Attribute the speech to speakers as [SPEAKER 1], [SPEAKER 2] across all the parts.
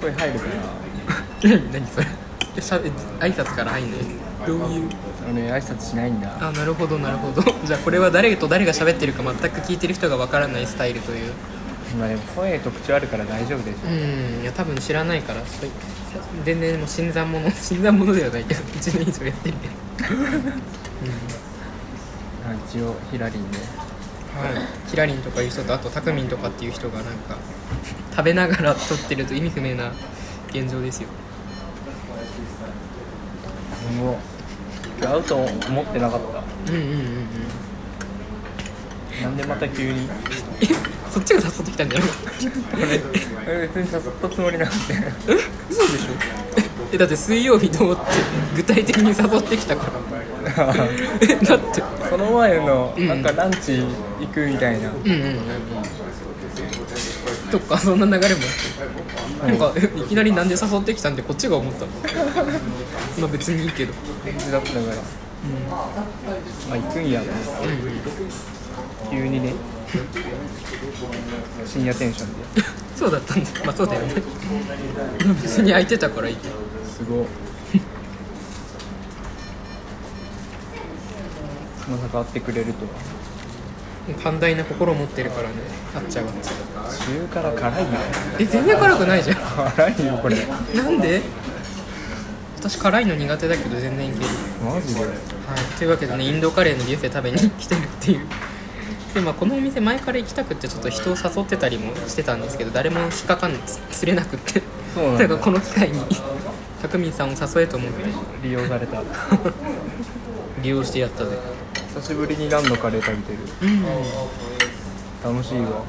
[SPEAKER 1] これ入るから
[SPEAKER 2] 何それえしゃえ挨拶から入んないどういう
[SPEAKER 1] 俺挨拶しないんだ
[SPEAKER 2] あなるほどなるほど じゃあこれは誰と誰が喋ってるか全く聞いてる人がわからないスタイルという
[SPEAKER 1] まあでも声特徴あるから大丈夫でしょ
[SPEAKER 2] うんいや多分知らないからそう全然もう新参者 新参者ではないけど1年以上やってるけど
[SPEAKER 1] あ一応ヒラリンで
[SPEAKER 2] はい、キラリンとかいう人とあとタクミンとかっていう人がなんか食べながら撮ってると意味不明な現状ですよ
[SPEAKER 1] 今後会うと思ってなかった
[SPEAKER 2] うんうんうん
[SPEAKER 1] な
[SPEAKER 2] うん
[SPEAKER 1] んでまた急 に
[SPEAKER 2] え そっちが誘ってきたんじゃない
[SPEAKER 1] 俺別に誘ったつもりなくて
[SPEAKER 2] 嘘でしょ えだって水曜日どうって具体的に誘ってきたから えだって
[SPEAKER 1] その前の
[SPEAKER 2] ん
[SPEAKER 1] なんかランチ行くみたいな、
[SPEAKER 2] うんうんうんとかそんな流れもあってなんかえいきなりなんで誘ってきたんでこっちが思ったのまあ別にいいけど
[SPEAKER 1] 感じだったから、あ行くんやと思って
[SPEAKER 2] うんうん
[SPEAKER 1] 急にね深夜テンションで
[SPEAKER 2] そうだったんだまあそうだよねまあ別に空いてたからいいけど
[SPEAKER 1] すごいまさか会ってくれるとは
[SPEAKER 2] 寛大な心を持ってるからねあっちゃうあっちゃう
[SPEAKER 1] 中辛辛いよ
[SPEAKER 2] え全然辛くないじゃん
[SPEAKER 1] 辛いよこれ
[SPEAKER 2] なんで私辛いの苦手だけど全然いける、
[SPEAKER 1] マジで
[SPEAKER 2] はい、というわけでねインドカレーのビュッフェ食べに来てるっていうでまあこのお店前から行きたくってちょっと人を誘ってたりもしてたんですけど誰も引っかかんつ釣れなくって
[SPEAKER 1] そうなんだ
[SPEAKER 2] だからこの機会に匠海さんを誘えと思って
[SPEAKER 1] 利用された
[SPEAKER 2] 利用してやったぜ
[SPEAKER 1] 久しぶりにランのカレー食べてる
[SPEAKER 2] うん
[SPEAKER 1] 楽しいわ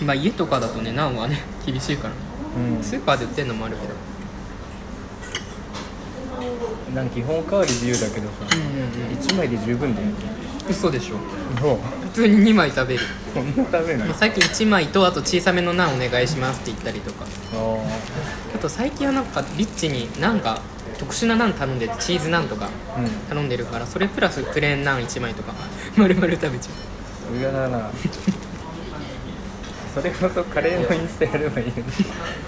[SPEAKER 2] うんまあ家とかだとねナンはね厳しいから
[SPEAKER 1] う
[SPEAKER 2] スーパーで売ってるのもあるけど
[SPEAKER 1] んなんか基本代わり自由だけどさ
[SPEAKER 2] うんうんうん
[SPEAKER 1] 1枚で十分だよね
[SPEAKER 2] 嘘でしょ
[SPEAKER 1] そう
[SPEAKER 2] 普通に2枚食べる
[SPEAKER 1] こんな食べない
[SPEAKER 2] ま
[SPEAKER 1] あ
[SPEAKER 2] あ最近1枚とあと小さめのナンお願いしますって言ったりとか
[SPEAKER 1] あ
[SPEAKER 2] あと最近はなんかリッチになんか特殊なナン頼んでてチーズナンとか
[SPEAKER 1] うん
[SPEAKER 2] 頼んでるからそれプラスプレーンナン1枚とか 丸々食べちゃ
[SPEAKER 1] 嫌だなそれこそカレーのインスタやればいいのに
[SPEAKER 2] う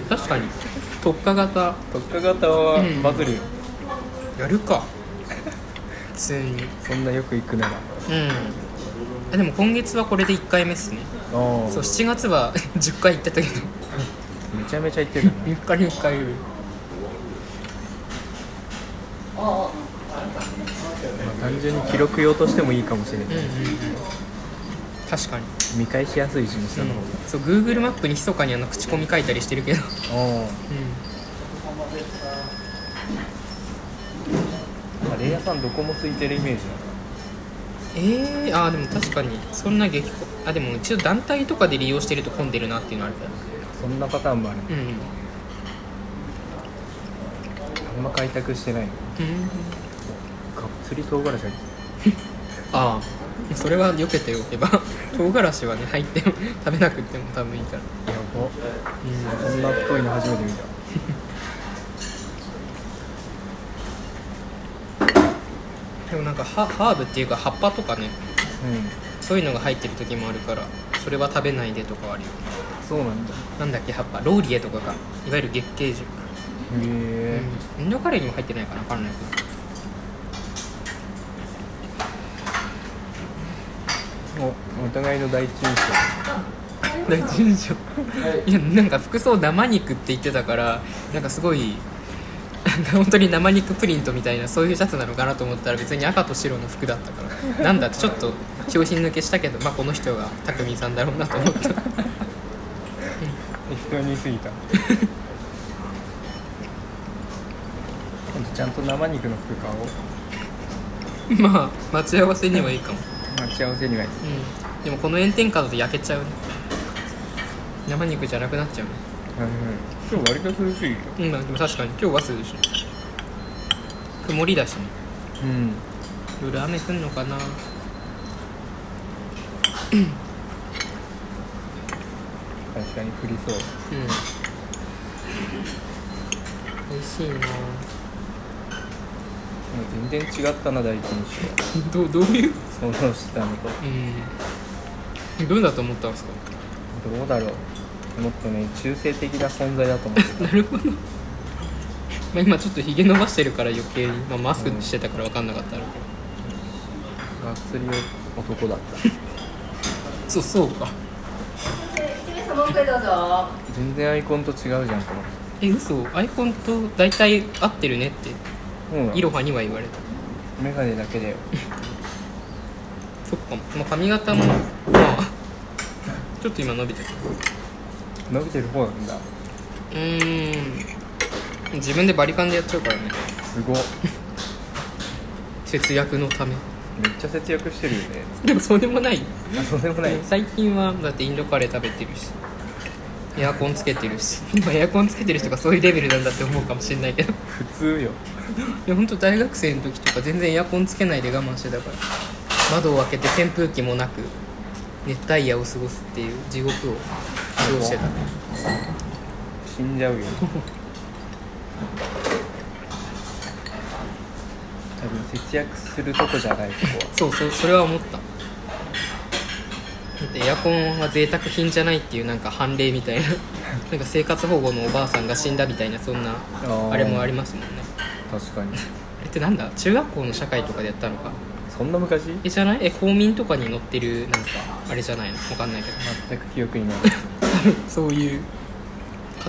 [SPEAKER 2] 確かに特化型
[SPEAKER 1] 特化型は
[SPEAKER 2] うん
[SPEAKER 1] バズるよ、
[SPEAKER 2] やるか普通に
[SPEAKER 1] そんなよく行くならあ
[SPEAKER 2] うんあでも今月はこれで1回目っすね
[SPEAKER 1] あ
[SPEAKER 2] そう7月は 10回行ってたけど
[SPEAKER 1] めちゃめちゃ行ってる
[SPEAKER 2] 3日に1回
[SPEAKER 1] まあ単純に記録用としてもいいかもしれない、
[SPEAKER 2] うんうんうん確かに、
[SPEAKER 1] 見返しやすいしにしたの方
[SPEAKER 2] そう Google マップに密かにあの口コミ書いたりしてるけど、
[SPEAKER 1] が、カレー屋さんどこも空いてるイメージ
[SPEAKER 2] えー、あーでも確かにそんな激混あでも一応団体とかで利用してると混んでるなっていうのはあるから
[SPEAKER 1] だそんなパターンもあるね
[SPEAKER 2] うんうん、うん、
[SPEAKER 1] あんま開拓してないのがっつり唐辛子入って
[SPEAKER 2] ああそれは避けておけば 唐辛子はね入っても食べなくても多分いいから
[SPEAKER 1] るやばこんな太いの初めて見た
[SPEAKER 2] でもなんかハハーブっていうか葉っぱとかね
[SPEAKER 1] う
[SPEAKER 2] そういうのが入ってる時もあるからそれは食べないでとかはあるよ
[SPEAKER 1] んそうなんだへ
[SPEAKER 2] なんだっけ葉っぱローリエとかがいわゆる月桂樹
[SPEAKER 1] え
[SPEAKER 2] インドカレーにも入ってないかな分かんないけど
[SPEAKER 1] おお互いの第一印象
[SPEAKER 2] 大丈夫いやなんか服装生肉って言ってたからなんかすごいなんか本当に生肉プリントみたいなそういうシャツなのかなと思ったら別に赤と白の服だったからなんだってちょっと拍子抜けしたけどまあこの人が匠さんだろうなと思 った
[SPEAKER 1] 適当に言い過 ぎた今度ちゃんと生肉の服買おう
[SPEAKER 2] まあ待ち合わせにはいいかも、
[SPEAKER 1] 待ち合わせにはいい
[SPEAKER 2] うん、でもこの炎天下だと焼けちゃうね生肉じゃなくなっちゃうね
[SPEAKER 1] 今日割と涼しいよ
[SPEAKER 2] うんまあでも確かに今日は涼しい曇りだしね
[SPEAKER 1] うん
[SPEAKER 2] 夜雨降んのかな
[SPEAKER 1] 確かに降りそう
[SPEAKER 2] うん美味しいな
[SPEAKER 1] もう全然違ったな第一印
[SPEAKER 2] どうどういう
[SPEAKER 1] 象想像してたのと
[SPEAKER 2] うんどうだと思ったんですか
[SPEAKER 1] どうだろうもっとね中性的な存在だと思ってた
[SPEAKER 2] まあ、今ちょっとひげ伸ばしてるから余計に、まあ、マスクしてたから分かんなかったら、
[SPEAKER 1] がっつり男だった
[SPEAKER 2] そうそうか
[SPEAKER 3] 清水さんもう一回どうぞ。
[SPEAKER 1] 全然アイコンと違うじゃんこ
[SPEAKER 2] え嘘アイコンと大体合ってるねって
[SPEAKER 1] のうん
[SPEAKER 2] イロハには言われた
[SPEAKER 1] メガネだけだよ
[SPEAKER 2] そっか、まあ、髪型もまあちょっと今伸びてる
[SPEAKER 1] 伸びてる方なんだ
[SPEAKER 2] うーん自分でバリカンでやっちゃうからね
[SPEAKER 1] すごっ
[SPEAKER 2] 節約のため
[SPEAKER 1] めっちゃ節約してるよね
[SPEAKER 2] でもそうでもない
[SPEAKER 1] あそうでもない
[SPEAKER 2] 最近はだってインドカレー食べてるしエアコンつけてるし今エアコンつけてる人がそういうレベルなんだって思うかもしれないけどい
[SPEAKER 1] 普通よ
[SPEAKER 2] や本当大学生の時とか全然エアコンつけないで我慢してたから窓を開けて扇風機もなく熱帯夜を過ごすっていう地獄を過ごしてた
[SPEAKER 1] 死んじゃうよ多分節約するとこじゃないここは
[SPEAKER 2] そうそうそれは思っただってエアコンは贅沢品じゃないっていうなんか判例みたいななんか生活保護のおばあさんが死んだみたいなそんな
[SPEAKER 1] ー
[SPEAKER 2] あれもありますもんね
[SPEAKER 1] 確かに
[SPEAKER 2] あれってなんだ中学校の社会とかでやったのか
[SPEAKER 1] そんな昔
[SPEAKER 2] えじゃないえ公民とかに載ってるなんかあれじゃないのわかんないけど
[SPEAKER 1] 全く記憶にない
[SPEAKER 2] そういう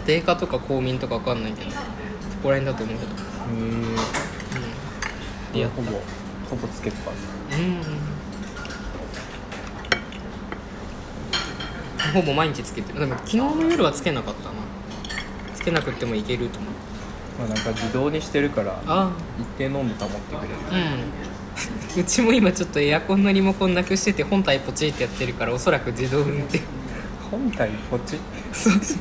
[SPEAKER 2] 家庭科とか公民とかわかんないけどそこら辺だと思うけどうんでやっ
[SPEAKER 1] ほぼほぼつけっぱ
[SPEAKER 2] うんほぼ毎日つけてるでも昨日の夜はつけなかったなつけなくてもいけると思う
[SPEAKER 1] まあなんか自動にしてるから
[SPEAKER 2] あ
[SPEAKER 1] 一定飲んで保ってくれる
[SPEAKER 2] あうん うちも今ちょっとエアコンのリモコンなくしてて本体ポチってやってるからおそらく自動運転
[SPEAKER 1] 本体ポチ
[SPEAKER 2] そうそう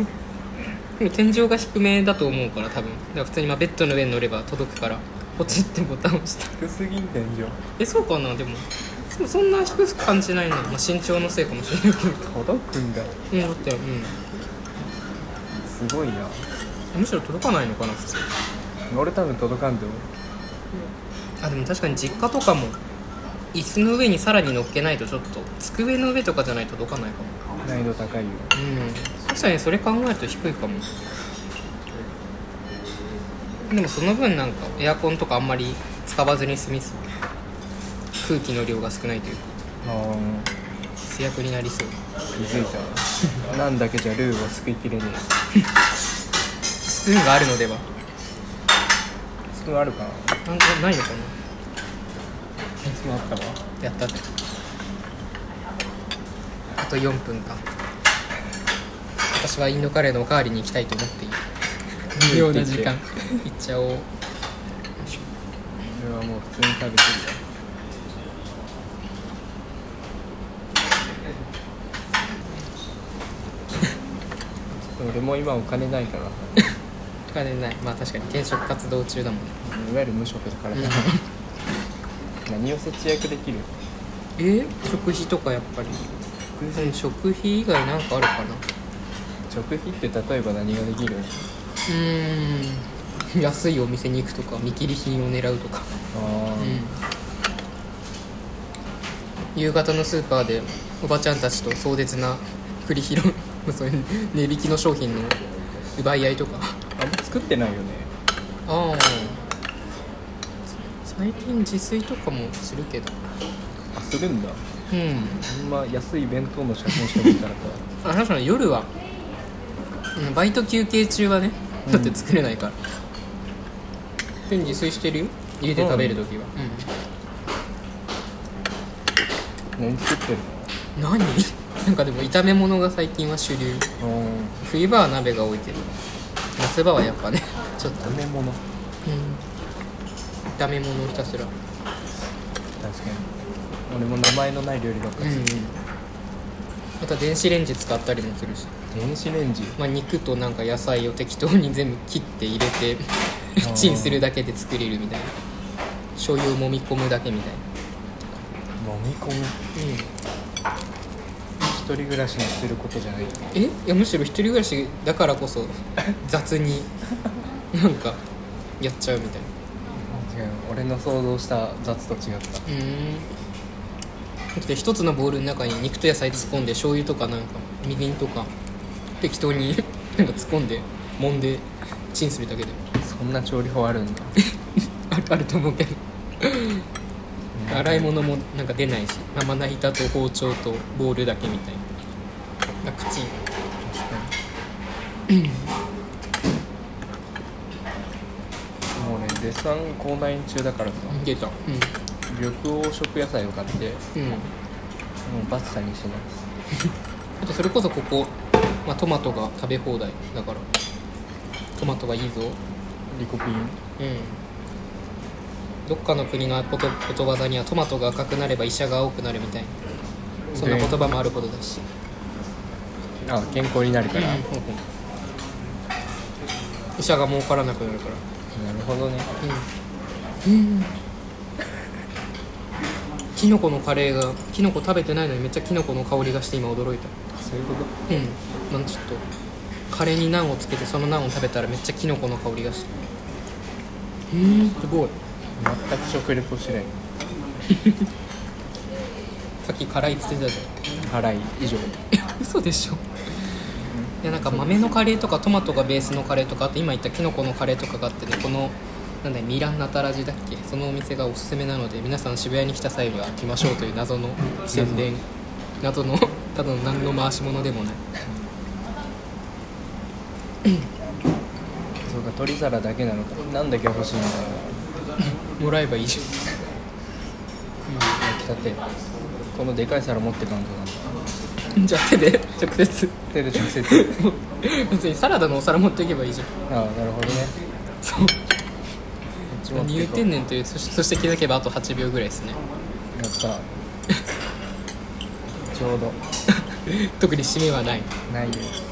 [SPEAKER 2] でも天井が低めだと思うから多分だから普通にまあベッドの上に乗れば届くからポチってボタンを押した
[SPEAKER 1] 低すぎん天井
[SPEAKER 2] えそうかなでもでもそんな低く感じないな、まあ、身長のせいかもしれないけど
[SPEAKER 1] 届くんだ
[SPEAKER 2] うんだってうん
[SPEAKER 1] すごいな
[SPEAKER 2] むしろ届かないのかな普通
[SPEAKER 1] 俺多分届かんでも
[SPEAKER 2] あでも確かに実家とかも椅子の上にさらに乗っけないとちょっと机の上とかじゃないと届かないかも
[SPEAKER 1] 難易度高いよ
[SPEAKER 2] うん確かにそれ考えると低いかもでもその分なんかエアコンとかあんまり使わずに済みそう空気の量が少ないというか
[SPEAKER 1] あ
[SPEAKER 2] 節約になりそう
[SPEAKER 1] あ気づいたわなんだけじゃルーを救いきれね
[SPEAKER 2] スプーンがあるのでは
[SPEAKER 1] えスプーンあるかな
[SPEAKER 2] なんかないのか
[SPEAKER 1] スプーンあったわ
[SPEAKER 2] なやったってあと4分か私はインドカレーのおかわりに行きたいと思っている
[SPEAKER 1] 微
[SPEAKER 2] 妙
[SPEAKER 1] 妙
[SPEAKER 2] な
[SPEAKER 1] な
[SPEAKER 2] 時
[SPEAKER 1] 時
[SPEAKER 2] 間
[SPEAKER 1] 間
[SPEAKER 2] いっちゃおう
[SPEAKER 1] 俺はもう普通に食べてるよ俺も今お金ないからい
[SPEAKER 2] お金ないまあ確かに転職活動中だもんね
[SPEAKER 1] わゆる無職だからな、何を節約できる
[SPEAKER 2] えー食費とかやっぱりうん食費以外なんかあるかな
[SPEAKER 1] 食費って例えば何ができる
[SPEAKER 2] うーん安いお店に行くとか見切り品を狙うとか
[SPEAKER 1] あ
[SPEAKER 2] う
[SPEAKER 1] ー、
[SPEAKER 2] ん夕方のスーパーでおばちゃんたちと壮絶な繰り広げ そういう値引きの商品の奪い合いとか
[SPEAKER 1] あんま作ってないよね
[SPEAKER 2] ああ最近自炊とかもするけど
[SPEAKER 1] あするんだ
[SPEAKER 2] うん
[SPEAKER 1] あんま安い弁当の写真しか見たらさ
[SPEAKER 2] あ確かに夜は、うん、バイト休憩中はね
[SPEAKER 1] うん
[SPEAKER 2] だって作れないから、普通に自炊してるよ家で食べる時は、
[SPEAKER 1] 何作ってる
[SPEAKER 2] うん何 なんかでも炒め物が最近は主流
[SPEAKER 1] のうん
[SPEAKER 2] 冬場は鍋が多いけど夏場はやっぱね ちょっと、
[SPEAKER 1] 食べ物
[SPEAKER 2] 炒め物をひたすらう
[SPEAKER 1] 確かに俺も名前のない料理ばっかりする、
[SPEAKER 2] また電子レンジ使ったりもするし、
[SPEAKER 1] 電子レンジ
[SPEAKER 2] まあ、肉となんか野菜を適当に全部切って入れて
[SPEAKER 1] ー
[SPEAKER 2] チンするだけで作れるみたいな醤油を揉み込むだけみたいな
[SPEAKER 1] 飲み込む一人暮らしにすることじゃない
[SPEAKER 2] えいやむしろ一人暮らしだからこそ雑になんかやっちゃうみたいな
[SPEAKER 1] 違う俺の想像した雑と違った
[SPEAKER 2] うーんだって一つのボウルの中に肉と野菜突っ込んで醤油とかなんかみりんとか適当になんか突っ込んで揉んでチンするだけで
[SPEAKER 1] そんな調理法あるんだ
[SPEAKER 2] あるあると思うけど洗い物もなんか出ないしまあまな板と包丁とボールだけみたいな口
[SPEAKER 1] 確かにもうねデッサン口内炎中だからさ
[SPEAKER 2] 出たうん
[SPEAKER 1] 緑黄色野菜を買っても
[SPEAKER 2] うん
[SPEAKER 1] うバッサにします
[SPEAKER 2] あとそれこそここ、まあ、トマトが食べ放題だからトマトがいいぞ
[SPEAKER 1] リコピン
[SPEAKER 2] うんどっかの国のことことわざにはトマトが赤くなれば医者が青くなるみたいなそんな言葉もあるほどだし
[SPEAKER 1] あ健康になるから、
[SPEAKER 2] うん
[SPEAKER 1] ほうほ
[SPEAKER 2] 医者が儲からなくなるから
[SPEAKER 1] うなるほどね
[SPEAKER 2] うん、うん、キノコのカレーがキノコ食べてないのにめっちゃキノコの香りがして今驚いた
[SPEAKER 1] そういうこと
[SPEAKER 2] うんなんかちょっとカレーにナンをつけてそのナンを食べたらめっちゃキノコの香りがしたうんすごい
[SPEAKER 1] 全く食レポしない
[SPEAKER 2] さっき辛いっつってたじ
[SPEAKER 1] 辛い以上
[SPEAKER 2] ゃん 嘘でしょいやなんか豆のカレーとかトマトがベースのカレーとかあと今言ったキノコのカレーとかがあってねこのなんだミランナタラジだっけそのお店がおすすめなので皆さん渋谷に来た際は来ましょうという謎の宣伝謎のただの何の回し物でもない
[SPEAKER 1] そうか取り皿だけなのかなんだけ欲しいんだろ
[SPEAKER 2] もらえばいいじ
[SPEAKER 1] う焼きたてこのでかい皿持ってかんとなんだ
[SPEAKER 2] ゃんじゃあ手で直接
[SPEAKER 1] 手で直接
[SPEAKER 2] もう別にサラダのお皿持っていけばいいじゃん
[SPEAKER 1] ああなるほどね
[SPEAKER 2] そう
[SPEAKER 1] こっち持って
[SPEAKER 2] 何
[SPEAKER 1] い
[SPEAKER 2] 言っ
[SPEAKER 1] こう
[SPEAKER 2] てんねんというそしそして気づけばあと8秒ぐらいですね
[SPEAKER 1] やったちょうど
[SPEAKER 2] 特に締めはない
[SPEAKER 1] ないです